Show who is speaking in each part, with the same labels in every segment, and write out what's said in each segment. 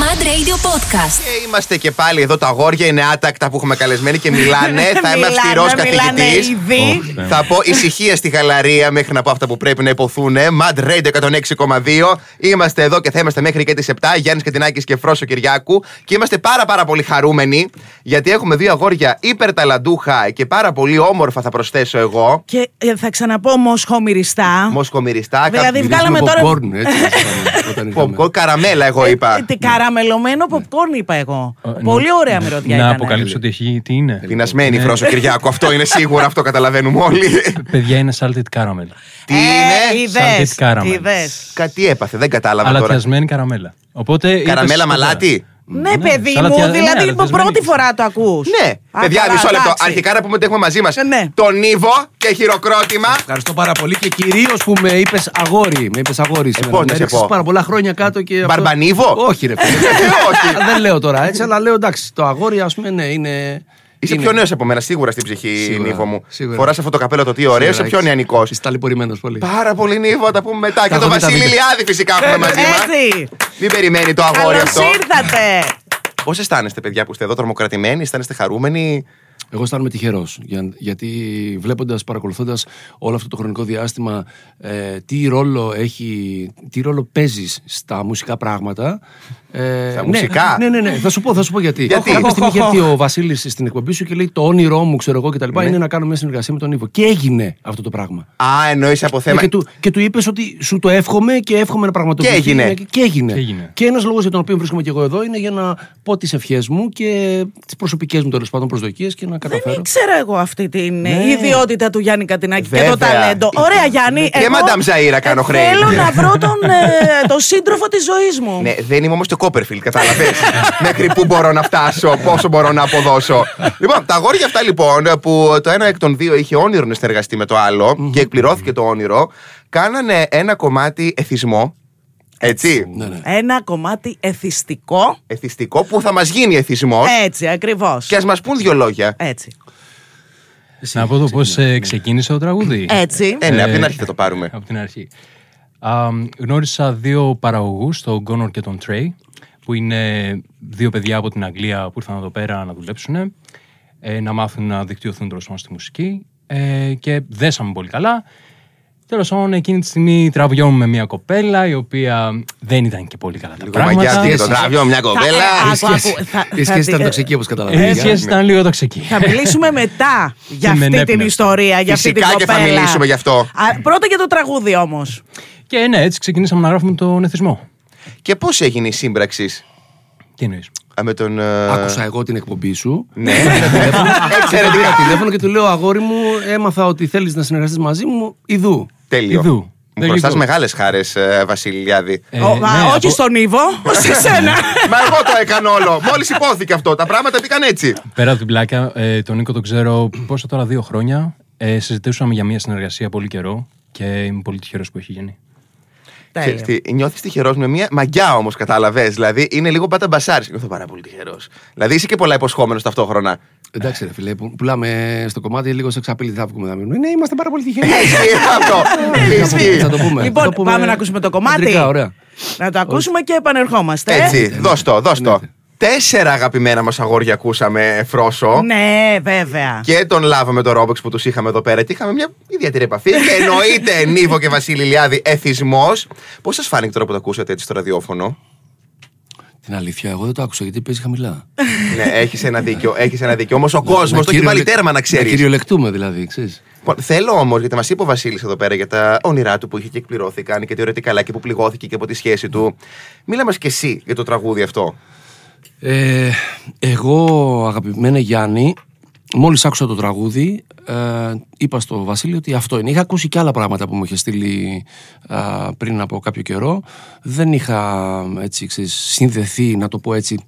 Speaker 1: Mad Radio Podcast.
Speaker 2: Και είμαστε και πάλι εδώ τα αγόρια, είναι άτακτα που έχουμε καλεσμένοι και μιλάνε. Ε, θα είμαι αυστηρό καθηγητής.
Speaker 3: ήδη.
Speaker 2: Θα πω ησυχία στη γαλαρία μέχρι να πω αυτά που πρέπει να υποθούν. ε. Mad Radio 106,2. Είμαστε εδώ και θα είμαστε μέχρι και τις 7. Γιάννη Κατινάκη και Φρόσο Κυριάκου. Και είμαστε πάρα πάρα πολύ χαρούμενοι γιατί έχουμε δύο αγόρια υπερταλαντούχα και πάρα πολύ όμορφα, θα προσθέσω εγώ.
Speaker 3: Και ε, θα ξαναπώ μοσχομυριστά.
Speaker 2: Μοσκομυριστά,
Speaker 3: Δηλαδή,
Speaker 2: κάποιο-
Speaker 3: βγάλαμε τώρα-
Speaker 4: Popcorn, έτσι, όταν- όταν είχαμε.
Speaker 2: Popcorn, καραμέλα, εγώ είπα.
Speaker 3: Ε, Τι καραμελωμένο popcorn είπα εγώ. Πολύ ωραία μυρωδιά
Speaker 5: Ε, Να
Speaker 3: ήταν.
Speaker 5: αποκαλύψω τι, έχει, τι είναι.
Speaker 2: Πεινασμένη
Speaker 5: Ναι.
Speaker 2: Φρόσο Κυριάκου, αυτό είναι σίγουρο, αυτό καταλαβαίνουμε όλοι.
Speaker 5: Παιδιά, είναι salted caramel.
Speaker 2: Τι είναι,
Speaker 3: Ε, Είδες,
Speaker 5: Salted caramel.
Speaker 3: είδες.
Speaker 2: κάτι έπαθε, δεν κατάλαβα
Speaker 5: Αλλά
Speaker 2: τώρα.
Speaker 5: τιασμένη καραμέλα. Οπότε είπες
Speaker 2: Καραμέλα
Speaker 5: σωστά.
Speaker 2: μαλάτι.
Speaker 3: Ναι, παιδί
Speaker 5: αλλά
Speaker 3: μου,
Speaker 5: τια- ναι,
Speaker 3: δηλαδή
Speaker 5: αλλά
Speaker 3: από
Speaker 5: τιασμένη.
Speaker 3: πρώτη φορά το ακούς.
Speaker 2: Ναι,
Speaker 3: Α,
Speaker 2: παιδιά,
Speaker 3: καλά,
Speaker 2: μισό λεπτό.
Speaker 3: εντάξει.
Speaker 2: Αρχικά να πούμε ότι έχουμε μαζί μας
Speaker 3: Ε, ναι.
Speaker 2: τον Ήβο και χειροκρότημα.
Speaker 4: Ευχαριστώ πάρα πολύ και κυρίως που με είπες αγόρι. Με είπες αγόρι σήμερα.
Speaker 2: πώς Λοιπόν, να
Speaker 4: με
Speaker 2: σε
Speaker 4: έριξες
Speaker 2: πω.
Speaker 4: πάρα πολλά χρόνια κάτω και. αυτό-
Speaker 2: Μπαρμπανίβο?
Speaker 4: Όχι, ρε φίλε.
Speaker 2: Όχι.
Speaker 4: Δεν λέω τώρα έτσι, αλλά λέω εντάξει, το αγόρι ας πούμε ναι, είναι.
Speaker 2: Είσαι
Speaker 4: είναι-
Speaker 2: πιο νέος από μένα, σίγουρα στην ψυχή,
Speaker 4: Σίγουρα,
Speaker 2: Νίβο μου.
Speaker 4: σίγουρα.
Speaker 2: Φοράς αυτό το καπέλο το τι ωραίο, είσαι πιο νεανικό.
Speaker 4: Είσαι ταλαιπωρημένο πολύ.
Speaker 2: Πάρα πολύ Νίβο, θα τα πούμε μετά. Και
Speaker 4: έχω
Speaker 2: τον
Speaker 4: δει τα
Speaker 2: Βασίλη
Speaker 4: βίντεο.
Speaker 2: Λιάδη φυσικά έχουμε μαζί μας.
Speaker 3: Έτσι.
Speaker 2: Μην περιμένει το αγόρι
Speaker 3: Καλώς
Speaker 2: αυτό.
Speaker 3: ήρθατε.
Speaker 2: Πώς αισθάνεστε, παιδιά που είστε εδώ, τρομοκρατημένοι, αισθάνεστε χαρούμενοι.
Speaker 4: Εγώ αισθάνομαι τυχερός. Για, γιατί βλέποντας, παρακολουθώντας όλο αυτό το χρονικό διάστημα, ε, τι ρόλο έχει, τι ρόλο παίζεις στα μουσικά πράγματα. Ε,
Speaker 2: Στα
Speaker 4: ναι,
Speaker 2: μουσικά?
Speaker 4: Ναι, ναι, ναι, Θα σου πω, θα σου πω γιατί.
Speaker 2: Γιατί?
Speaker 4: Κάποια στιγμή είχε έρθει ο Βασίλης στην εκπομπή σου και λέει: Το όνειρό μου, ξέρω εγώ κτλ.
Speaker 2: Ναι.
Speaker 4: Είναι να κάνω μια συνεργασία με τον Ήβο. Και έγινε αυτό το πράγμα. Ε,
Speaker 2: Α, εννοείς από θέμα.
Speaker 4: Και του, και του είπες ότι σου το εύχομαι και εύχομαι να πραγματοποιηθεί. Ναι,
Speaker 2: Και έγινε.
Speaker 4: Και έγινε.
Speaker 5: Και έγινε.
Speaker 4: Και ένας λόγος για τον οποίο βρίσκομαι και εγώ εδώ είναι για να πω τις ευχές μου και τις προσωπικές μου τέλος πάντων προσδοκίες και να καταφέρω.
Speaker 3: Δεν ξέρω εγώ αυτή την ε,
Speaker 5: Ναι.
Speaker 3: ιδιότητα του Γιάννη Κατινάκη και το
Speaker 2: Βέβαια.
Speaker 3: ταλέντο. Ωραία, Γιάννη.
Speaker 2: Και
Speaker 3: εγώ ε,
Speaker 2: Madame Zahira κάνω χρέη.
Speaker 3: Θέλω να βρω τον, ε, τον σύντροφο της ζωής μου.
Speaker 2: Ναι, δεν είμαι όμως το Κόπερφιλ, κατάλαβες. Μέχρι πού μπορώ να φτάσω, πόσο μπορώ να αποδώσω. λοιπόν, τα αγόρια αυτά λοιπόν, που το ένα εκ των δύο είχε όνειρο να συνεργαστεί με το αλλο και εκπληρώθηκε το όνειρο, κάνανε ένα κομμάτι εθισμό. Έτσι.
Speaker 4: Ναι, ναι.
Speaker 3: Ένα κομμάτι εθιστικό.
Speaker 2: Εθιστικό που θα μας γίνει εθισμός.
Speaker 3: Έτσι, ακριβώς.
Speaker 2: Και ας μας πούν δύο λόγια.
Speaker 3: Έτσι.
Speaker 5: Να πω το πώς ξεκίνησε το τραγούδι.
Speaker 3: Έτσι.
Speaker 2: Ε, ναι,
Speaker 5: Ε,
Speaker 2: από την αρχή θα το πάρουμε.
Speaker 5: Από την αρχή. Α, γνώρισα δύο παραγωγούς, τον Γκόνορ και τον Τρέι, που είναι δύο παιδιά από την Αγγλία που ήρθαν εδώ πέρα να δουλέψουν, ε, να μάθουν να δικτυωθούν τέλος πάντων στη μουσική. Ε, και δέσαμε πολύ καλά. Τέλος πάντων, εκείνη τη στιγμή τραβιόμουν με μια κοπέλα η οποία δεν ήταν και πολύ καλά τα
Speaker 2: Λίγο
Speaker 5: πράγματα.
Speaker 2: μαγιάστηκε το τράβιο, μια κοπέλα.
Speaker 3: ε,
Speaker 4: Η
Speaker 3: άκου,
Speaker 4: σχέση-
Speaker 3: άκου, θα-
Speaker 4: Η
Speaker 3: θα
Speaker 4: σχέση
Speaker 3: δι-
Speaker 4: ήταν
Speaker 3: ε,
Speaker 4: τοξική, όπως καταλαβαίνετε.
Speaker 5: Ε, σχέση
Speaker 2: ναι.
Speaker 5: ήταν λίγο τοξική.
Speaker 3: Θα μιλήσουμε μετά για
Speaker 5: Και με
Speaker 4: Ναι,
Speaker 3: αυτή την
Speaker 5: ενέπνευσε.
Speaker 3: ιστορία, για αυτή την
Speaker 2: Φυσικά
Speaker 3: κοπέλα.
Speaker 2: και θα μιλήσουμε γι' αυτό.
Speaker 3: Α, πρώτα για το τραγούδι όμως.
Speaker 5: Και ναι, έτσι ξεκινήσαμε να γράφουμε τον εθισμό.
Speaker 2: Και πώς έγινε η σύμπραξη
Speaker 5: Τι εννοείς.
Speaker 2: με τον. ε,
Speaker 4: Άκουσα εγώ την εκπομπή σου.
Speaker 2: Ναι, εξαιρετικά.
Speaker 4: Πήρα τηλέφωνο και του λέω Αγόρι μου, έμαθα ότι θέλεις να συνεργαστείς μαζί μου. Ιδού.
Speaker 2: Τέλειο.
Speaker 5: Ιδού.
Speaker 2: Μου
Speaker 5: Δεν
Speaker 2: χρωστά
Speaker 5: λυπώ.
Speaker 2: μεγάλες χάρες, Βασιλιάδη. Ναι.
Speaker 5: Ε,
Speaker 3: Ο-
Speaker 5: ναι,
Speaker 3: α, όχι
Speaker 5: από-
Speaker 3: στον Ήβο, σε σένα.
Speaker 2: Μα εγώ το έκανα όλο. Μόλις υπόθηκε αυτό. Τα πράγματα πήγαν έτσι.
Speaker 5: Πέρα από την πλάκα, ε, τον Νίκο τον ξέρω πόσα τώρα, δύο χρόνια. Ε, συζητούσαμε για μια συνεργασία πολύ καιρό και είμαι πολύ τυχερός που έχει γίνει.
Speaker 3: Τέλεια.
Speaker 2: Νιώθεις τυχερός με μια μαγιά όμως, κατάλαβε. Δηλαδή είναι λίγο πάντα μπασάρι. Νιώθω πάρα πολύ τυχερός. Δηλαδή είσαι και πολλά υποσχόμενος ταυτόχρονα.
Speaker 4: Εντάξει, ρε φίλε, που- πουλάμε στο κομμάτι λίγο σε ξαπίλη θα βγούμε να μείνουμε. Ναι, είμαστε πάρα πολύ τυχεροί.
Speaker 2: Ισχύει αυτό. Ισχύει.
Speaker 4: Θα το πούμε.
Speaker 3: Λοιπόν,
Speaker 4: θα το πούμε
Speaker 3: πάμε να ακούσουμε το κομμάτι.
Speaker 4: χοντρικά, ωραία.
Speaker 3: Να το ακούσουμε και επανερχόμαστε.
Speaker 2: Έτσι, δώσ' το, δώσ' το. Τέσσερα αγαπημένα μας αγόρια ακούσαμε, Φρόσο.
Speaker 3: Ναι, βέβαια.
Speaker 2: Και τον λάβαμε τον Ρόμπεξ που τους είχαμε εδώ πέρα και είχαμε μια ιδιαίτερη επαφή. Και εννοείται Νίβο και Βασίλη Λιάδη, εθισμός. Πώς σας φάνηκε τώρα που το ακούσατε έτσι στο ραδιόφωνο.
Speaker 4: Την αλήθεια, εγώ δεν το άκουσα γιατί παίζει χαμηλά.
Speaker 2: ναι, έχεις ένα δίκιο. Έχεις ένα δίκιο. Όμως ο κόσμος
Speaker 4: Να
Speaker 2: το έχει βάλει
Speaker 4: κυριολεκ-
Speaker 2: τέρμα να ξέρει.
Speaker 4: Κυριολεκτούμε δηλαδή, ξέρεις.
Speaker 2: Λοιπόν, Θέλω όμως, γιατί μας είπε ο Βασίλης εδώ πέρα για τα όνειρά του που είχε και εκπληρώθηκαν και τι ωραία τι καλά και που πληγώθηκε και από τη σχέση του. Μίλα μας και εσύ για το τραγούδι αυτό.
Speaker 4: Ε, εγώ, αγαπημένα Γιάννη, μόλις άκουσα το τραγούδι, ε, είπα στο Βασίλειο ότι αυτό είναι. Είχα ακούσει και άλλα πράγματα που μου είχε στείλει α, πριν από κάποιο καιρό. Δεν είχα έτσι, ξέρεις, συνδεθεί, να το πω έτσι.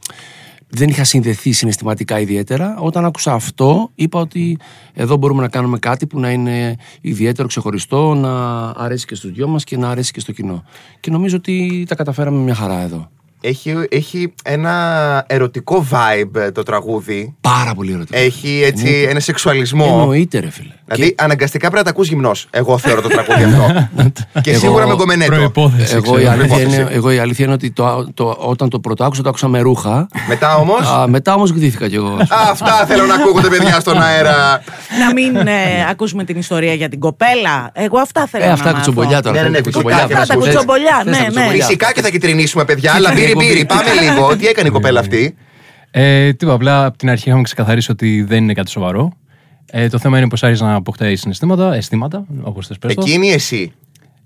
Speaker 4: Δεν είχα συνδεθεί συναισθηματικά ιδιαίτερα. Όταν άκουσα αυτό, είπα ότι εδώ μπορούμε να κάνουμε κάτι που να είναι ιδιαίτερο, ξεχωριστό, να αρέσει και στους δυο μας και να αρέσει και στο κοινό. Και νομίζω ότι τα καταφέραμε μια χαρά εδώ.
Speaker 2: Έχει, έχει ένα ερωτικό vibe το τραγούδι.
Speaker 4: Πάρα πολύ ερωτικό.
Speaker 2: Έχει έτσι ένα σεξουαλισμό.
Speaker 4: Εννοείται, ρε φίλε.
Speaker 2: Δηλαδή, αναγκαστικά πρέπει να τα ακούς γυμνός. Εγώ θεωρώ το τραγούδι αυτό. και
Speaker 4: Εγώ-
Speaker 2: σίγουρα με γκομενέτο.
Speaker 5: Προϋπόθεση.
Speaker 4: Εγώ η,
Speaker 5: ξέρω.
Speaker 4: αλήθεια
Speaker 2: υπόθεση.
Speaker 4: είναι, εγώ η αλήθεια είναι ότι το, το, όταν το πρώτο άκουσα, το άκουσα με ρούχα.
Speaker 2: Μετά όμως.
Speaker 4: Α, μετά όμως γδύθηκα κι εγώ.
Speaker 2: Αυτά θέλω να ακούγονται, παιδιά, στον αέρα.
Speaker 3: να μην ε, ακούσουμε την ιστορία για την κοπέλα. Εγώ αυτά θέλω
Speaker 4: Ε,
Speaker 3: να
Speaker 4: αυτά
Speaker 3: μάθω.
Speaker 4: κουτσομπολιά τώρα.
Speaker 2: Ναι, ναι, ναι,
Speaker 4: θέλετε
Speaker 2: κουτσομπολιά,
Speaker 4: κουτσομπολιά,
Speaker 2: αυτά τα
Speaker 4: θες-
Speaker 3: κουτσομπολιά,
Speaker 4: θες τα
Speaker 3: ναι, ναι.
Speaker 4: κουτσομπολιά.
Speaker 2: Φυσικά και θα κυτρινίσουμε, παιδιά, αλλά μπύρι μπύρι. Πάμε λίγο. Τι έκανε η κοπέλα αυτή.
Speaker 5: Ε, τίποτα, απλά από την αρχή είχαμε ξεκαθαρίσει ότι δεν είναι κάτι σοβαρό. Ε, το θέμα είναι πως άρχισε να αποκτάει συναισθήματα, αισθήματα, όπως θες πες το.
Speaker 2: Εκείνη ή εσύ.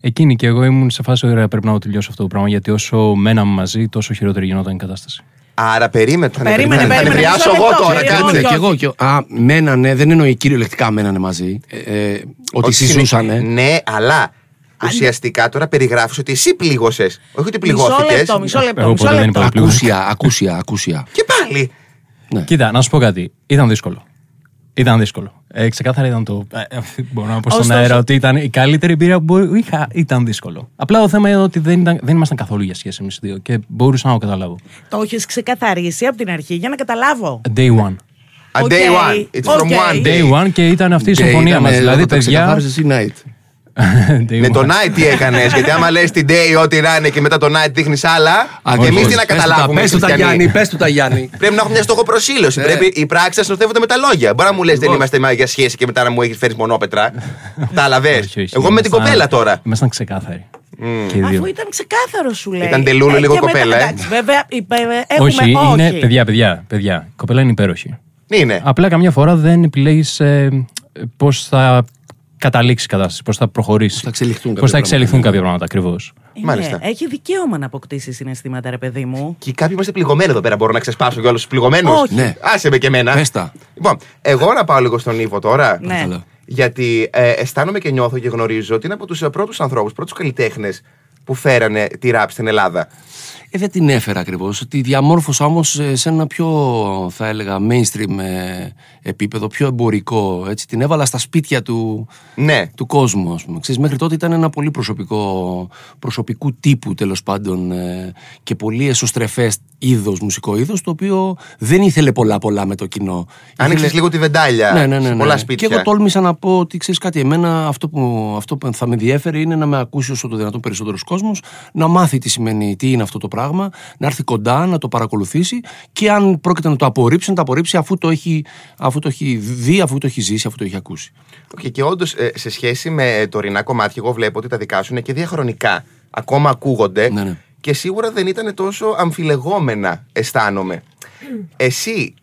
Speaker 5: Εκείνη και εγώ ήμουν σε φάση ότι πρέπει να το τελειώσω αυτό το πράγμα, γιατί όσο μέναμε μαζί, τόσο χειρότερη γινόταν η κατάσταση.
Speaker 2: Άρα περίμενε. θα
Speaker 3: Περίμενε,
Speaker 2: νευριάσω- Θα
Speaker 3: περίμενε,
Speaker 2: νευριάσω
Speaker 3: μισό
Speaker 2: εγώ
Speaker 3: λεπτό,
Speaker 2: τώρα,
Speaker 3: περίμενε.
Speaker 2: κάτσε.
Speaker 4: Κι εγώ, κι εγώ. Α, μένανε, δεν εννοεί κυριολεκτικά μένανε μαζί. Ε, ε, ότι
Speaker 2: Όχι,
Speaker 4: συζούσανε.
Speaker 2: συνε- Ναι, αλλά ουσιαστικά τώρα περιγράφεις ότι εσύ πλήγωσε. Όχι ότι
Speaker 3: Μισό
Speaker 2: πληγώθηκες.
Speaker 3: λεπτό, μισό λεπτό.
Speaker 5: Εγώ
Speaker 3: Μισό
Speaker 5: ποτέ δεν
Speaker 3: λεπτό.
Speaker 5: είπα.
Speaker 4: Ακούσια, ακούσια, ακούσια.
Speaker 2: Και πάλι.
Speaker 5: Κοίτα, να σου πω κάτι. Ήταν δύσκολο. Ήταν δύσκολο. Ε, ξεκάθαρα ήταν το. ε, ε, μπορώ να πω στον
Speaker 3: Ωστόσο.
Speaker 5: αέρα ότι ήταν η καλύτερη εμπειρία που μπο- είχα. Ήταν δύσκολο. Απλά το θέμα είναι ότι δεν, ήταν, δεν ήμασταν καθόλου για σχέση εμείς δύο και μπορούσα να το καταλάβω.
Speaker 3: Το έχεις ξεκαθαρίσει από την αρχή για να καταλάβω.
Speaker 5: Day one.
Speaker 2: A
Speaker 3: Οκ,
Speaker 2: day one. It's from
Speaker 3: οκ.
Speaker 2: one day.
Speaker 5: Day one και ήταν αυτή η
Speaker 2: ε,
Speaker 5: συμφωνία
Speaker 4: ε,
Speaker 5: μα. Δηλαδή, παιδιά.
Speaker 4: Ξεκαθάριζε night.
Speaker 5: Day
Speaker 2: Με
Speaker 5: one.
Speaker 2: το night τι έκανες, γιατί άμα λες την day ό,τι να είναι και μετά το night δείχνεις άλλα. Και εμείς τι να καταλάβουμε.
Speaker 4: Πες του τα
Speaker 2: Χριστιανοί.
Speaker 4: Γιάννη, πες του τα Γιάννη.
Speaker 2: Πρέπει να έχουμε μια στόχο προσήλωση.
Speaker 4: Ε. Λοιπόν.
Speaker 2: Πρέπει οι πράξεις να συνοδεύονται με τα λόγια. Μπορεί να μου λες δεν είμαστε μα- για σχέση και μετά να μου έχεις φέρεις μονόπετρα. Τα δε.
Speaker 5: Όχι, όχι,
Speaker 2: ε, Εγώ με την
Speaker 5: ήμασταν-
Speaker 2: κοπέλα τώρα. Mm.
Speaker 5: Ήμασταν ξεκάθαροι. Και οι δύο.
Speaker 3: Αφού ήταν ξεκάθαρο σου λέει.
Speaker 2: Ήταν τελούλο
Speaker 3: Ε,
Speaker 2: λίγο
Speaker 3: και μετά,
Speaker 2: κοπέλα, ε.
Speaker 3: εντάξει, Βέβαια, είπε, ε, έχουμε
Speaker 5: Όχι, είναι. Παιδιά, παιδιά, παιδιά. Η κοπέλα είναι υπέροχη.
Speaker 2: Είναι.
Speaker 5: Απλά καμιά φορά δεν επιλέγεις ε, πώς θα καταλήξει η κατάσταση, πώς θα προχωρήσει. Πώς
Speaker 4: θα εξελιχθούν
Speaker 5: Πώ
Speaker 4: κάποια
Speaker 5: θα εξελιχθούν κάποια πράγματα ακριβώς.
Speaker 3: Είναι,
Speaker 2: Μάλιστα.
Speaker 3: Έχει δικαίωμα να αποκτήσει συναισθήματα, ρε παιδί μου.
Speaker 2: Και κάποιοι είμαστε πληγωμένοι εδώ πέρα. Μπορώ να ξεσπάσω για όλους τους πληγωμένους.
Speaker 3: Όχι.
Speaker 4: Ναι.
Speaker 2: Άσε με και εμένα.
Speaker 4: Πες τα.
Speaker 2: Λοιπόν, εγώ να πάω λίγο στον Ήβο τώρα.
Speaker 3: Ναι.
Speaker 4: Παρακαλώ.
Speaker 2: Γιατί ε, αισθάνομαι και νιώθω και γνωρίζω ότι είναι από ε, του πρώτους ανθρώπους, πρώτους καλλιτέχνες που φέρανε τη ραπ στην Ελλάδα.
Speaker 4: Ε, δεν την έφερα ακριβώς. Τη διαμόρφωσα όμως σε ένα πιο, θα έλεγα, mainstream ε, επίπεδο, πιο εμπορικό. Έτσι. Την έβαλα στα σπίτια του,
Speaker 2: Ναι.
Speaker 4: του κόσμου, ας πούμε. Ξέρεις, μέχρι τότε ήταν ένα πολύ προσωπικό, προσωπικού τύπου τέλος πάντων ε, και πολύ εσωστρεφές είδος, μουσικό είδος, το οποίο δεν ήθελε πολλά πολλά με το κοινό.
Speaker 2: Άνοιξες
Speaker 4: Ήθελε-
Speaker 2: λίγο τη βεντάλια.
Speaker 4: ναι, ναι, ναι,
Speaker 2: σε
Speaker 4: ναι.
Speaker 2: Πολλά σπίτια.
Speaker 4: Και εγώ τόλμησα να πω ότι ξέρεις κάτι, εμένα αυτό που, αυτό που θα με ενδιέφερε είναι να με ακούσει όσο το δυνατόν περισσότερο κόσμος, να μάθει τι σημαίνει, τι είναι αυτό το πράγμα, να έρθει κοντά, να το παρακολουθήσει και αν πρόκειται να το απορρίψει, να το απορρίψει αφού το έχει, αφού το έχει δει, αφού το έχει ζήσει, αφού το έχει ακούσει.
Speaker 2: Okay, και όντως σε σχέση με ε, τωρινά κομμάτια, εγώ βλέπω ότι τα δικά σου είναι και διαχρονικά. Ακόμα ακούγονται.
Speaker 4: Ναι, ναι.
Speaker 2: Και σίγουρα δεν ήταν τόσο αμφιλεγόμενα, αισθάνομαι. Εσύ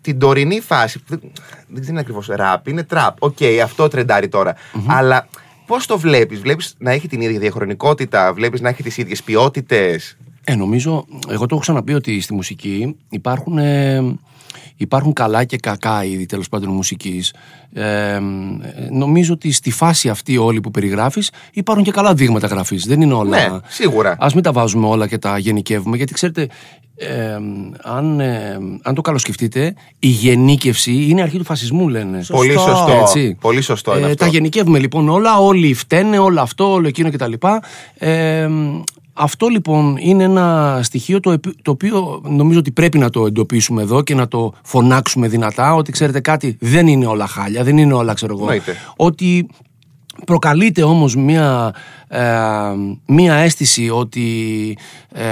Speaker 2: την τωρινή φάση. που Δεν, δεν ξέρω ακριβώς. Ραπ, είναι τραπ. Οκ, αυτό τρεντάρει τώρα. Αλλά πώς το βλέπεις, Βλέπεις να έχει την ίδια διαχρονικότητα, Βλέπεις να έχει τις ίδιες ποιότητες.
Speaker 4: Ε, νομίζω, εγώ το έχω ξαναπεί ότι στη μουσική υπάρχουν, ε, υπάρχουν καλά και κακά είδη τέλος πάντων μουσικής. Ε, ε, νομίζω ότι στη φάση αυτή όλη που περιγράφεις υπάρχουν και καλά δείγματα γραφής. Δεν είναι όλα...
Speaker 2: Ναι, σίγουρα.
Speaker 4: Ας μην τα βάζουμε όλα και τα γενικεύουμε, γιατί ξέρετε, ε, αν, ε, αν το καλοσκεφτείτε, η γενίκευση είναι αρχή του φασισμού, λένε.
Speaker 3: Σωστό.
Speaker 2: Πολύ σωστό.
Speaker 4: Έτσι.
Speaker 2: Πολύ σωστό είναι
Speaker 4: Ε,
Speaker 2: αυτό.
Speaker 4: Τα γενικεύουμε λοιπόν όλα, όλοι φταίνε, όλο αυτό, όλο εκείνο κτλ. Ε, αυτό λοιπόν είναι ένα στοιχείο το, επι- το οποίο νομίζω ότι πρέπει να το εντοπίσουμε εδώ και να το φωνάξουμε δυνατά ότι ξέρετε κάτι δεν είναι όλα χάλια, δεν είναι όλα ξέρω εγώ.
Speaker 2: Εννοείται.
Speaker 4: Ότι προκαλείται όμως μία, ε, μία αίσθηση ότι ε,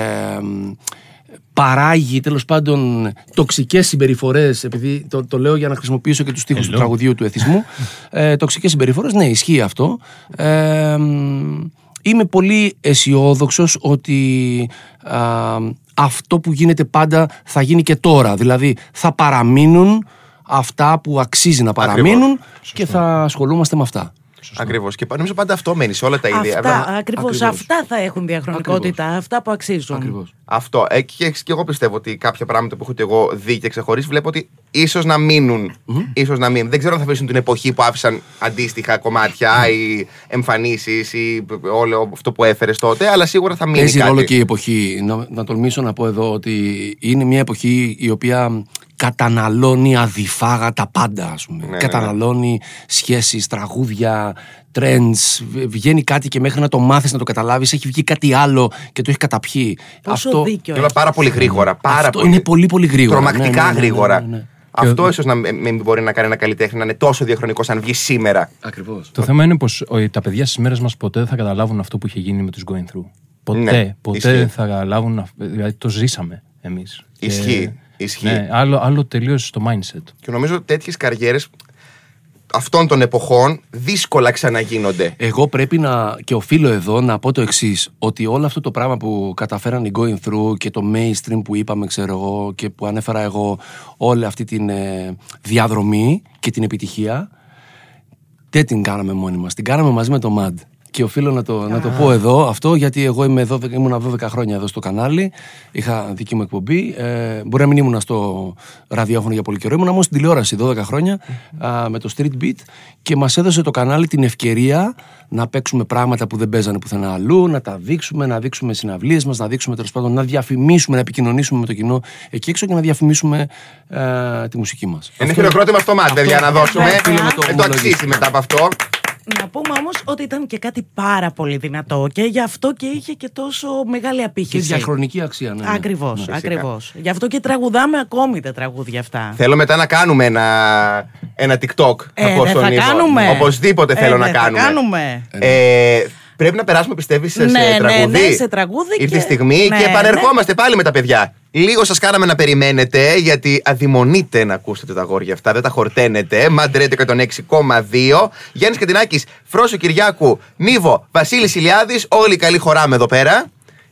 Speaker 4: παράγει τέλος πάντων τοξικές συμπεριφορές επειδή το, το λέω για να χρησιμοποιήσω και τους στίχους του τραγουδιού του εθισμού ε, τοξικές συμπεριφορές, ναι ισχύει αυτό ε, μ, είμαι πολύ αισιόδοξος ότι α, αυτό που γίνεται πάντα θα γίνει και τώρα δηλαδή θα παραμείνουν αυτά που αξίζει να παραμείνουν και θα ασχολούμαστε με αυτά.
Speaker 2: Ακριβώς. Και πα- νομίζω πάντα αυτό μένει σε όλα τα ίδια.
Speaker 3: Αυτά, ακριβώς,
Speaker 4: Ακριβώς.
Speaker 3: αυτά θα έχουν διαχρονικότητα. Αυτά που αξίζουν.
Speaker 4: Ακριβώς.
Speaker 2: Αυτό. Ε, και, και εγώ πιστεύω ότι κάποια πράγματα που έχω και εγώ δει και ξεχωρίσει, βλέπω ότι ίσως να μεινουν Ίσως να μείνουν. Δεν ξέρω αν θα αφήσουν την εποχή που άφησαν αντίστοιχα κομμάτια ή εμφανίσεις ή όλο αυτό που έφερες τότε, αλλά σίγουρα θα μείνει.
Speaker 4: Παίζει
Speaker 2: κάτι.
Speaker 4: ρόλο και η εποχή. Να, να τολμήσω να πω εδώ ότι είναι μια εποχή η οποία καταναλώνει αδιφάγα τα πάντα, ας πούμε.
Speaker 2: ναι, ναι.
Speaker 4: καταναλώνει σχέσεις, τραγούδια, trends, β- βγαίνει κάτι και μέχρι να το μάθεις να το καταλάβεις έχει βγει κάτι άλλο και το έχει καταπιεί.
Speaker 3: Πόσο δίκιο.
Speaker 2: Και όλα πάρα πολύ γρήγορα. Πάρα
Speaker 4: Ναι, Αυτό είναι πολύ, πολύ γρήγορα. Ναι, ναι,
Speaker 2: Τρομακτικά
Speaker 4: ναι, ναι,
Speaker 2: γρήγορα.
Speaker 4: ναι, ναι, ναι.
Speaker 2: Αυτό ίσως να μ- μην μπορεί να κάνει ένα καλλιτέχνη να είναι τόσο διαχρονικός αν βγει σήμερα.
Speaker 4: Ακριβώς.
Speaker 5: Το θέμα είναι πως τα παιδιά στις μέρες μας ποτέ δεν θα καταλάβουν αυτό που είχε γίνει με τους going through. Ποτέ,
Speaker 2: Ναι,
Speaker 5: ποτέ
Speaker 2: ισχύει.
Speaker 5: δεν θα καταλάβουν. αυ- Δηλαδή το ζήσαμε εμείς.
Speaker 2: Ισχύει, ισχύει.
Speaker 5: Ναι, άλλο, άλλο τελείω το mindset.
Speaker 2: Και νομίζω τέτοιες καριέρες αυτών των εποχών δύσκολα ξαναγίνονται.
Speaker 4: Εγώ πρέπει να και οφείλω εδώ να πω το εξής: Ότι όλο αυτό το πράγμα που καταφέραν οι going through και το mainstream που είπαμε, ξέρω εγώ, και που ανέφερα εγώ, όλη αυτή την ε, διαδρομή και την επιτυχία, δεν την κάναμε μόνοι μας. Την κάναμε μαζί με το MAD. Και οφείλω να το, να το πω εδώ αυτό, γιατί εγώ είμαι 12, ήμουνα 12 χρόνια εδώ στο κανάλι. Είχα δική μου εκπομπή. Ε, μπορεί να μην ήμουνα στο ραδιόφωνο για πολύ καιρό. Ήμουνα όμως στην τηλεόραση 12 χρόνια α, με το Street Beat και μας έδωσε το κανάλι την ευκαιρία να παίξουμε πράγματα που δεν παίζανε πουθενά αλλού, να τα δείξουμε, να δείξουμε συναυλίες μας, να δείξουμε τέλος πάντων, να διαφημίσουμε, να επικοινωνήσουμε με το κοινό εκεί έξω και να διαφημίσουμε ε, τη μουσική μας.
Speaker 2: Είναι χειροκρότημα στο μάτι, παιδιά, να δώσουμε.
Speaker 3: οφείλω να το
Speaker 2: Δεν το αξίζει
Speaker 4: ομολογήσω.
Speaker 2: μετά από αυτό.
Speaker 3: Να πούμε όμως ότι ήταν και κάτι πάρα πολύ δυνατό και γι' αυτό και είχε και τόσο μεγάλη
Speaker 4: Και
Speaker 3: απήχηση.
Speaker 4: διαχρονική αξία, ναι. ναι.
Speaker 3: Ακριβώς, ακριβώς. Γι' αυτό και τραγουδάμε ακόμη τα τραγούδια αυτά.
Speaker 2: Θέλω μετά να κάνουμε ένα, ένα TikTok.
Speaker 3: Ε,
Speaker 2: πω
Speaker 3: δεν
Speaker 2: στον
Speaker 3: θα
Speaker 2: Ιβο.
Speaker 3: κάνουμε.
Speaker 2: Οπωσδήποτε
Speaker 3: Ε,
Speaker 2: θέλω
Speaker 3: δεν
Speaker 2: να
Speaker 3: θα
Speaker 2: κάνουμε.
Speaker 3: κάνουμε.
Speaker 2: Ε, πρέπει να περάσουμε, πιστεύεις, σε,
Speaker 3: Ναι,
Speaker 2: σε
Speaker 3: ναι,
Speaker 2: τραγούδι.
Speaker 3: ναι, σε τραγούδι
Speaker 2: Ήρθε η
Speaker 3: και-
Speaker 2: στιγμή
Speaker 3: ναι,
Speaker 2: και επανερχόμαστε πάλι με τα παιδιά. Λίγο σας κάναμε να περιμένετε, γιατί αδειμονείτε να ακούσετε τα γόρια αυτά. Δεν τα χορταίνετε. Μαντρέντε 106,2. Γιάννης Κατινάκης, Φρόσο Κυριάκου, Νίβο, Βασίλης Ηλιάδης. Όλοι καλή χωράμε εδώ πέρα.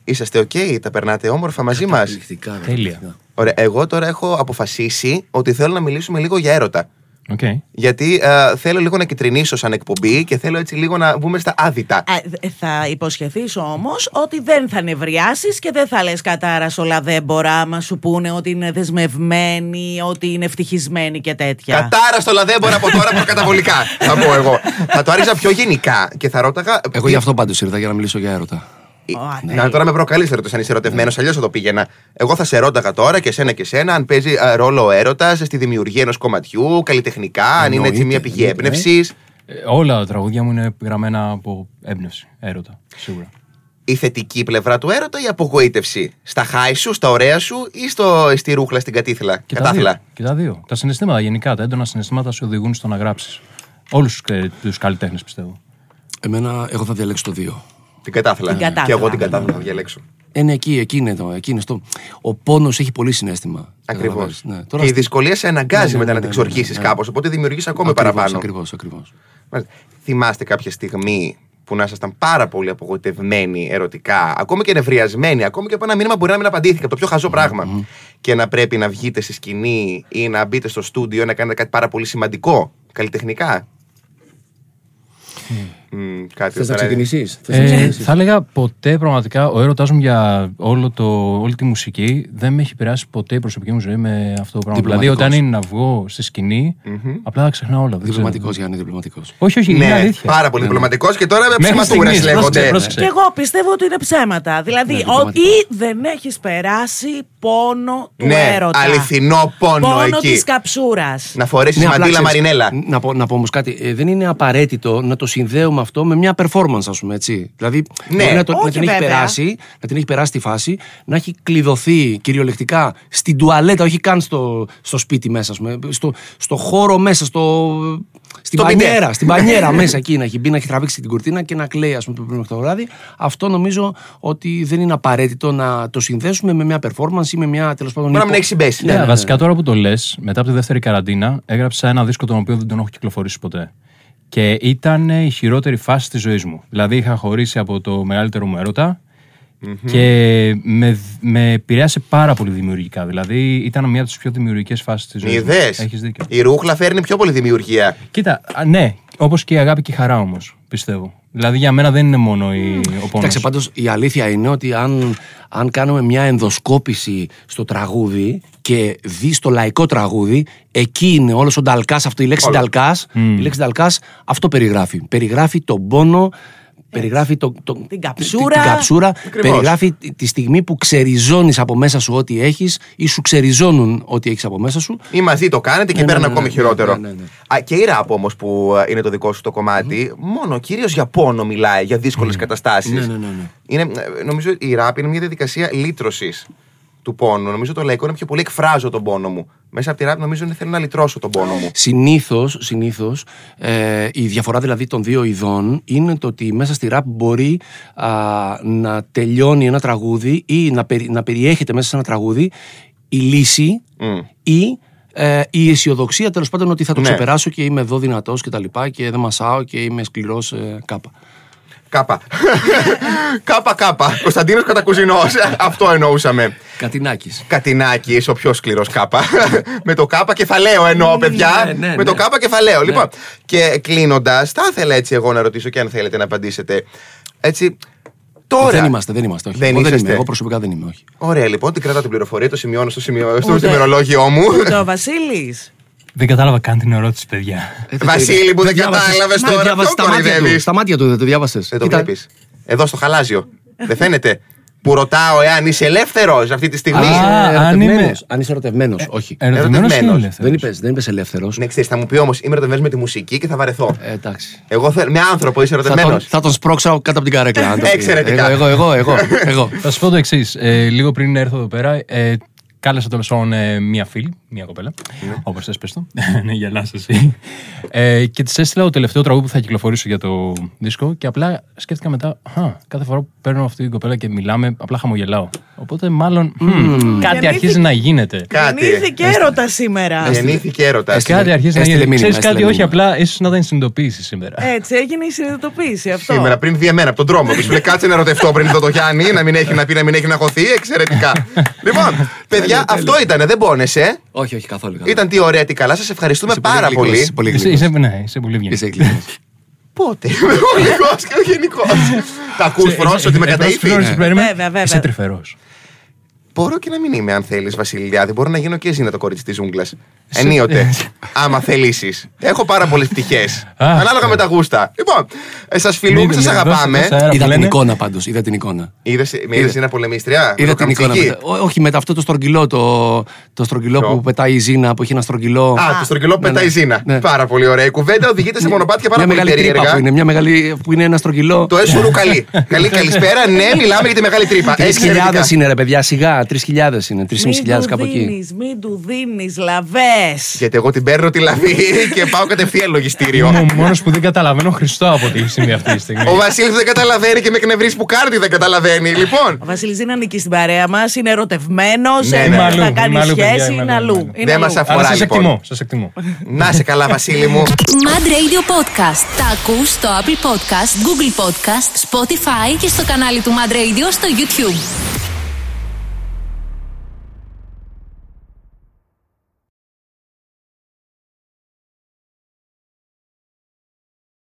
Speaker 2: Είσαστε οκ, τα περνάτε όμορφα μαζί μας.
Speaker 4: Εκπληκτικά, ναι.
Speaker 5: Τέλεια.
Speaker 2: Ωραία, εγώ τώρα έχω αποφασίσει ότι θέλω να μιλήσουμε λίγο για έρωτα.
Speaker 5: Οκ.
Speaker 2: Γιατί ε, θέλω λίγο να κυτρινίσω σαν εκπομπή και θέλω έτσι λίγο να μπούμε στα άδυτα.
Speaker 3: Α, Ε, δε- θα υποσχεθείς όμως ότι δεν θα νευριάσεις και δεν θα λες κατάρα όλα δεν μπορά μα σου πούνε ότι είναι δεσμευμένοι, ότι είναι ευτυχισμένοι και τέτοια.
Speaker 2: Κατάρα στο λαδέμπορα από τώρα προκαταβολικά. θα πω εγώ. θα το άριζα πιο γενικά και θα ρώταγα.
Speaker 4: Εγώ γι' αυτό πάντως ήρθα για να μιλήσω για έρωτα.
Speaker 3: Ω,
Speaker 2: Ναι.
Speaker 3: ναι.
Speaker 2: Να, τώρα με προκαλείς ερωτήσει αν είσαι ερωτευμένος, αλλιώς θα το πήγαινα. Εγώ θα σε ρώταγα τώρα και σένα και σένα αν παίζει α, ρόλο ο έρωτας στη δημιουργία ενός κομματιού, καλλιτεχνικά, αν είναι έτσι
Speaker 4: Εννοείται,
Speaker 2: μια πηγή
Speaker 4: εννοείται.
Speaker 2: έμπνευσης.
Speaker 5: Ε, όλα τα τραγούδια μου είναι γραμμένα από έμπνευση, έρωτα, σίγουρα.
Speaker 2: Η θετική πλευρά του έρωτα ή η απογοήτευση. Στα χάη σου, στα ωραία σου ή στο, στη ρούχλα, στην κατήθλα.
Speaker 5: Και τα, δύο,
Speaker 2: Κατάθλα.
Speaker 5: και τα δύο. Τα συναισθήματα γενικά, τα έντονα συναισθήματα σε οδηγούν στο να γράψεις. Όλους τους καλλιτέχνε ε, πιστεύω.
Speaker 4: Εμένα, εγώ θα διαλέξω το δύο.
Speaker 2: Την κατάθλα.
Speaker 3: Την κατάθλα.
Speaker 2: Και εγώ την κατάθλα θα διαλέξω.
Speaker 4: Ε, ναι, εκεί, εκεί είναι το. Εκεί είναι στο... Ο πόνος έχει πολύ συνέστημα.
Speaker 2: Ακριβώς.
Speaker 4: Καταλαβαίνεις, Ναι.
Speaker 2: Και η δυσκολία σε αναγκάζει
Speaker 4: Ναι, ναι,
Speaker 2: μετά να
Speaker 4: ναι,
Speaker 2: την
Speaker 4: ναι,
Speaker 2: ξορκίσεις
Speaker 4: ναι, ναι.
Speaker 2: κάπως. Οπότε δημιουργείς ακόμη παραπάνω.
Speaker 4: Ακριβώς, ακριβώς.
Speaker 2: Μάλιστα. Θυμάστε κάποια στιγμή που να ήσασταν πάρα πολύ απογοητευμένοι ερωτικά, ακόμη και νευριασμένοι, ακόμη και από ένα μήνυμα που μπορεί να μην απαντήθηκε, από το πιο χαζό πράγμα.
Speaker 5: Mm-hmm.
Speaker 2: Και να πρέπει να βγείτε στη σκηνή ή να μπείτε στο στούντιο να κάνετε κάτι πάρα πολύ σημαντικό καλλιτεχνικά.
Speaker 5: Hm.
Speaker 2: Μμ, κάτι
Speaker 4: Θες να
Speaker 2: τώρα είναι.
Speaker 4: ξεκινήσει.
Speaker 5: Ε, θα έλεγα ποτέ πραγματικά ο έρωτάς μου για όλο το, όλη τη μουσική δεν με έχει περάσει ποτέ η προσωπική μου ζωή με αυτό το πράγμα. Δηλαδή,
Speaker 4: Διπλωματικός.
Speaker 5: όταν είναι να βγω στη σκηνη απλά τα ξεχνάω όλα. δεν ξέρω.
Speaker 4: Διπλωματικός, Γιάννη, διπλωματικός.
Speaker 5: Όχι, όχι, είναι
Speaker 2: Ναι,
Speaker 5: αλήθεια.
Speaker 2: πάρα πολύ διπλωματικός και τώρα με
Speaker 5: Μέχρι
Speaker 2: ψηματούρε
Speaker 5: στιγμής,
Speaker 2: λέγονται.
Speaker 5: πρόσεξε, πρόσεξε.
Speaker 3: Και εγώ πιστεύω ότι είναι ψέματα. Δηλαδή,
Speaker 4: Ναι,
Speaker 3: ότι
Speaker 4: πραγματικά.
Speaker 3: δεν έχεις περάσει πόνο του
Speaker 2: Ναι,
Speaker 3: έρωτα.
Speaker 2: αληθινό πόνο
Speaker 3: Πόνο
Speaker 2: εκεί.
Speaker 3: της καψούρας
Speaker 2: Να
Speaker 5: Ναι,
Speaker 2: φορέσεις
Speaker 4: Ναι, απλά
Speaker 2: μαντήλα
Speaker 4: ξέρεις,
Speaker 2: μαρινέλα.
Speaker 4: Να πω, να πω όμως κάτι. Ε, δεν είναι απαραίτητο να το συνδέουμε αυτό με μια performance, ας πούμε έτσι. Δηλαδή,
Speaker 2: Ναι.
Speaker 4: μπορεί να, το,
Speaker 3: Όχι,
Speaker 4: να, την έχει
Speaker 3: βέβαια.
Speaker 4: περάσει, να την έχει περάσει τη φάση, να έχει κλειδωθεί κυριολεκτικά στην τουαλέτα, όχι καν στο, στο σπίτι μέσα, ας πούμε. Στο, στο χώρο μέσα, στο. Στην
Speaker 2: Στο πιντέ.
Speaker 4: πανιέρα, στην πανιέρα μέσα εκεί να έχει μπει, να έχει τραβήξει την κουρτίνα και να κλαίει, ας πούμε, πριν από το βράδυ. Αυτό νομίζω ότι δεν είναι απαραίτητο να το συνδέσουμε με μια performance ή με μια τέλος πάντων.
Speaker 2: Μπορεί να
Speaker 4: υπο-
Speaker 2: μην έχει συμπέσει.
Speaker 5: Ναι, βασικά τώρα που το λες, μετά από τη δεύτερη καραντίνα, έγραψα ένα δίσκο τον οποίο δεν τον έχω κυκλοφορήσει ποτέ. Και ήταν ε, η χειρότερη φάση της ζωής μου. Δηλαδή, είχα χωρίσει από το μεγαλύτερο μου ερωτα και με, με επηρέασε πάρα πολύ δημιουργικά. Δηλαδή, ήταν μια από τις πιο δημιουργικές φάσεις της ζωής μου.
Speaker 2: Είδε.
Speaker 5: Έχεις δίκιο.
Speaker 2: Η ρούχλα φέρνει πιο πολύ δημιουργία.
Speaker 5: Κοίτα, α, ναι, όπως και η αγάπη και η χαρά όμως, πιστεύω. Δηλαδή, για μένα δεν είναι μόνο η, ο πόνος.
Speaker 4: Κοιτάξτε, πάντως η αλήθεια είναι ότι αν, αν κάνουμε μια ενδοσκόπηση στο τραγούδι και δει το λαϊκό τραγούδι, εκεί είναι όλος ο νταλκάς, αυτό η λέξη
Speaker 2: Όλο.
Speaker 4: νταλκά. Η λέξη νταλκάς αυτό περιγράφει. Περιγράφει τον πόνο περιγράφει το, το- την,
Speaker 3: καψούρα.
Speaker 4: την καψούρα,
Speaker 2: Ακριβώς.
Speaker 4: περιγράφει τη- τη στιγμή που ξεριζώνεις από μέσα σου ό,τι έχεις ή σου ξεριζώνουν ό,τι έχεις από μέσα σου.
Speaker 2: Ή μαζί το κάνετε και
Speaker 4: Ναι,
Speaker 2: πέραν
Speaker 4: ναι, ναι,
Speaker 2: ακόμη
Speaker 4: ναι,
Speaker 2: χειρότερο.
Speaker 4: ναι, ναι, ναι.
Speaker 2: Α, και η ραπ όμως που ε, είναι το δικό σου το κομμάτι, μόνο κυρίω για πόνο μιλάει, για δύσκολες καταστάσεις.
Speaker 4: Ναι, ναι, ναι, ναι.
Speaker 2: ε, Νομίζω η ραπ είναι μια διαδικασία λύτρωσης του πόνου. Νομίζω το λαϊκό είναι πιο πολύ εκφράζω τον πόνο μου. Μέσα από τη ραπ νομίζω είναι θέλω να λυτρώσω τον πόνο μου.
Speaker 4: Συνήθως, συνήθως ε, η διαφορά δηλαδή των δύο ειδών είναι το ότι μέσα στη ραπ μπορεί α, να τελειώνει ένα τραγούδι ή να, περι- να περιέχεται μέσα σε ένα τραγούδι η λύση
Speaker 2: Μμ.
Speaker 4: ή ε, η αισιοδοξία τέλος πάντων ότι θα το
Speaker 2: Ναι.
Speaker 4: ξεπεράσω και είμαι εδώ δυνατός και τα λοιπά και δεν μασάω και είμαι σκληρός ε, κάπα.
Speaker 2: Κάπα. κάπα, κάπα. Κωνσταντίνος Κατακουζινός. Αυτό εννοούσαμε.
Speaker 4: Κατινάκης.
Speaker 2: Κατινάκης, είσαι ο πιο σκληρός κάπα. με το κάπα κεφαλαίο εννοώ, παιδιά.
Speaker 4: ναι, ναι,
Speaker 2: με το
Speaker 4: ναι.
Speaker 2: κάπα κεφαλαίο. Λοιπόν, και κλείνοντας, θα ήθελα έτσι εγώ να ρωτήσω και αν θέλετε να απαντήσετε. Έτσι. Τώρα.
Speaker 4: Δεν είμαστε, δεν είμαστε. Όχι.
Speaker 2: Δεν
Speaker 4: εγώ, δεν
Speaker 2: είσαστε.
Speaker 4: είμαι, εγώ προσωπικά δεν είμαι, όχι.
Speaker 2: Ωραία, λοιπόν, την κρατάω την πληροφορία, το σημειώνω στο, σημειώ... στο
Speaker 3: Ούτε.
Speaker 2: σημερολόγιο μου.
Speaker 3: Ούτε ο Βασίλης.
Speaker 5: Δεν κατάλαβα καν την ερώτηση, παιδιά.
Speaker 2: Βασίλη, που δεν
Speaker 4: διάβασες.
Speaker 2: κατάλαβες
Speaker 4: Μα,
Speaker 2: τώρα,
Speaker 4: διάβασες
Speaker 2: ποιο
Speaker 4: τα μάτια
Speaker 2: κοροϊδεύεις.
Speaker 4: του. Στα μάτια του δεν το διάβασες.
Speaker 2: Δεν το βλέπεις. Εδώ στο χαλάζιο. δεν φαίνεται. Που ρωτάω εάν είσαι ελεύθερος αυτή τη στιγμή.
Speaker 5: Α, αν είμαι-
Speaker 4: Ε,
Speaker 5: Ε,
Speaker 4: Αν είσαι ερωτευμένος, όχι.
Speaker 5: Ερωτημένος ή
Speaker 2: Ερωτευμένος.
Speaker 5: ελεύθερος.
Speaker 4: Δεν είπες δεν είπες ελεύθερος.
Speaker 2: Ναι, ξέρεις, θα μου πει όμως, είμαι ερωτευμένος με τη μουσική και θα βαρεθώ.
Speaker 4: Ε, εντάξει.
Speaker 2: Εγώ θέλω. Με άνθρωπο, είσαι
Speaker 4: Θα
Speaker 2: ερωτευμένο.
Speaker 4: τον, θα τον σπρώξω κάτω από την καρέκλα. αν το πει.
Speaker 2: Εξαιρετικά.
Speaker 4: Εγώ, εγώ, εγώ. εγώ, εγώ.
Speaker 5: Θα σα πω το εξής. λίγο πριν έρθω εδώ πέρα, ε, κάλεσα τον Σόν ε, μία φίλη, μία κοπέλα. Όπως θες, πες το. ναι, γελάς εσύ. Ε, και της έστειλα το τελευταίο τραγούδι που θα κυκλοφορήσω για το δίσκο και απλά σκέφτηκα μετά, «Χα, κάθε φορά που παίρνω αυτή την κοπέλα και μιλάμε, απλά χαμογελάω. Οπότε μάλλον μμ, κάτι
Speaker 3: Γεννήθηκε-
Speaker 5: αρχίζει να γίνεται.
Speaker 2: Κάτι.
Speaker 3: Γεννήθηκε έρωτα σήμερα.
Speaker 2: Γεννήθηκε έρωτα.
Speaker 5: Κάτι αρχίζει να
Speaker 4: Έστειλε
Speaker 5: γίνεται.
Speaker 4: μήνυμα,
Speaker 5: Ξέρεις κάτι,
Speaker 4: έστειλε
Speaker 5: όχι,
Speaker 4: μήνυμα. Ε,
Speaker 5: απλά ίσως να ήταν συνειδητοποίηση σήμερα.
Speaker 3: Έτσι έγινε η συνειδητοποίηση αυτό.
Speaker 2: Σήμερα, πριν δει εμένα από τον δρόμο. Του λέει κάτσε να ρωτευτώ πριν δω το Γιάννη, να μην έχει να πει, να μην έχει να χωθεί. Εξαιρετικά. λοιπόν, παιδιά, αυτό ήταν. Δεν πόνεσαι.
Speaker 4: Όχι, όχι, καθόλου. καθόλου.
Speaker 2: Ήταν τι ωραία, τι καλά. Σας ευχαριστούμε
Speaker 4: Είσαι πολύ
Speaker 2: πάρα
Speaker 4: γλυκός,
Speaker 2: πολύ.
Speaker 4: είσαι Πολύ
Speaker 5: Είσαι,
Speaker 4: γλυκός.
Speaker 5: είσαι- ναι, είσαι πολύ
Speaker 4: Είσαι
Speaker 5: ευγενή.
Speaker 4: γλυκός.
Speaker 2: Πότε. Είμαι ο γλυκός και ο γενικός. Τα ακούς φρόνος ότι με
Speaker 5: ε,
Speaker 4: ναι.
Speaker 2: καταήφη.
Speaker 3: Ε, Βέβαια, βέβαια.
Speaker 5: Είσαι τρυφερός.
Speaker 2: Μπορώ και να μην είμαι, αν θέλεις, Βασιλιάδη. Μπορώ να γίνω και εσύ να το κορίτσι της ζούγκλας. Ενίοτε. άμα θελήσεις. Έχω πάρα πολλές πτυχές.
Speaker 5: Α,
Speaker 2: Ανάλογα με τα γούστα. Λοιπόν, σας
Speaker 5: Μην-
Speaker 2: φιλούμε,
Speaker 5: μην
Speaker 2: σας αγαπάμε.
Speaker 5: δώσετε τόσα αέρα
Speaker 4: Είδα
Speaker 5: που
Speaker 4: την
Speaker 5: λένε.
Speaker 4: εικόνα πάντως. Είδα την εικόνα.
Speaker 2: Είδες είναι πολεμίστρια.
Speaker 4: Είδα την εικόνα.
Speaker 2: ροκαμψική.
Speaker 4: μετά. Ό, όχι, μετά αυτό το στρογγυλό, το, το στρογγυλό
Speaker 2: Ποιο?
Speaker 4: που πετάει η Ζήνα, που έχει ένα στρογγυλό.
Speaker 2: Α, το στρογγυλό που πετάει ζήνα.
Speaker 4: Ναι.
Speaker 2: Πάρα πολύ ωραία. Η κουβέντα οδηγείται σε μονοπάτια πάρα
Speaker 4: μια
Speaker 2: πολύ
Speaker 4: μεγάλη τρύπα που
Speaker 2: περίεργα.
Speaker 4: είναι, μια μεγάλη, που είναι ένα στρογγυλό.
Speaker 2: Το έσουρου καλή. Καλή καλησπέρα. Ναι, μιλάμε για τη μεγάλη τρύπα.
Speaker 4: Τρει χιλιάδε
Speaker 2: Εξαιρετικά.
Speaker 4: είναι, ρε παιδιά, σιγά. Τρεις χιλιάδες είναι, τρεις
Speaker 3: Μην
Speaker 4: χιλιάδε
Speaker 3: του
Speaker 4: κάπου εκεί.
Speaker 3: δίνεις, μην του δίνεις λαβές.
Speaker 2: Γιατί εγώ την παίρνω τη λαβή και πάω κατευθείαν λογιστήριο.
Speaker 5: Είμαι ο μόνος που δεν καταλαβαίνω Χριστό από τι συμβεί αυτή τη στιγμή.
Speaker 2: Ο Βασίλης δεν καταλαβαίνει και με εκνευρίζει που κάνει δεν καταλαβαίνει. Λοιπόν,
Speaker 3: Ο Βασίλης δεν ανήκει στην παρέα μας, είναι ερωτευμένος,
Speaker 2: Ναι, ναι.
Speaker 3: ναι, ναι,
Speaker 5: Είμαι
Speaker 3: να
Speaker 5: αλλού,
Speaker 3: κάνει
Speaker 5: είμαι αλλού, παιδιά,
Speaker 3: σχέση,
Speaker 5: είμαι
Speaker 3: είναι
Speaker 5: αλλού,
Speaker 3: αλλού.
Speaker 5: είμαι
Speaker 3: είναι
Speaker 2: Δεν
Speaker 3: αλλού.
Speaker 2: μας αφορά.
Speaker 5: Αλλά
Speaker 2: φορά,
Speaker 5: σας
Speaker 2: λοιπόν.
Speaker 5: εκτιμώ, σας εκτιμώ.
Speaker 2: να σε καλά, Βασίλη μου.
Speaker 1: Mad Radio Podcast. Τα ακούς στο Apple Podcast, Google Podcast, Spotify και στο κανάλι του Mad Radio στο YouTube.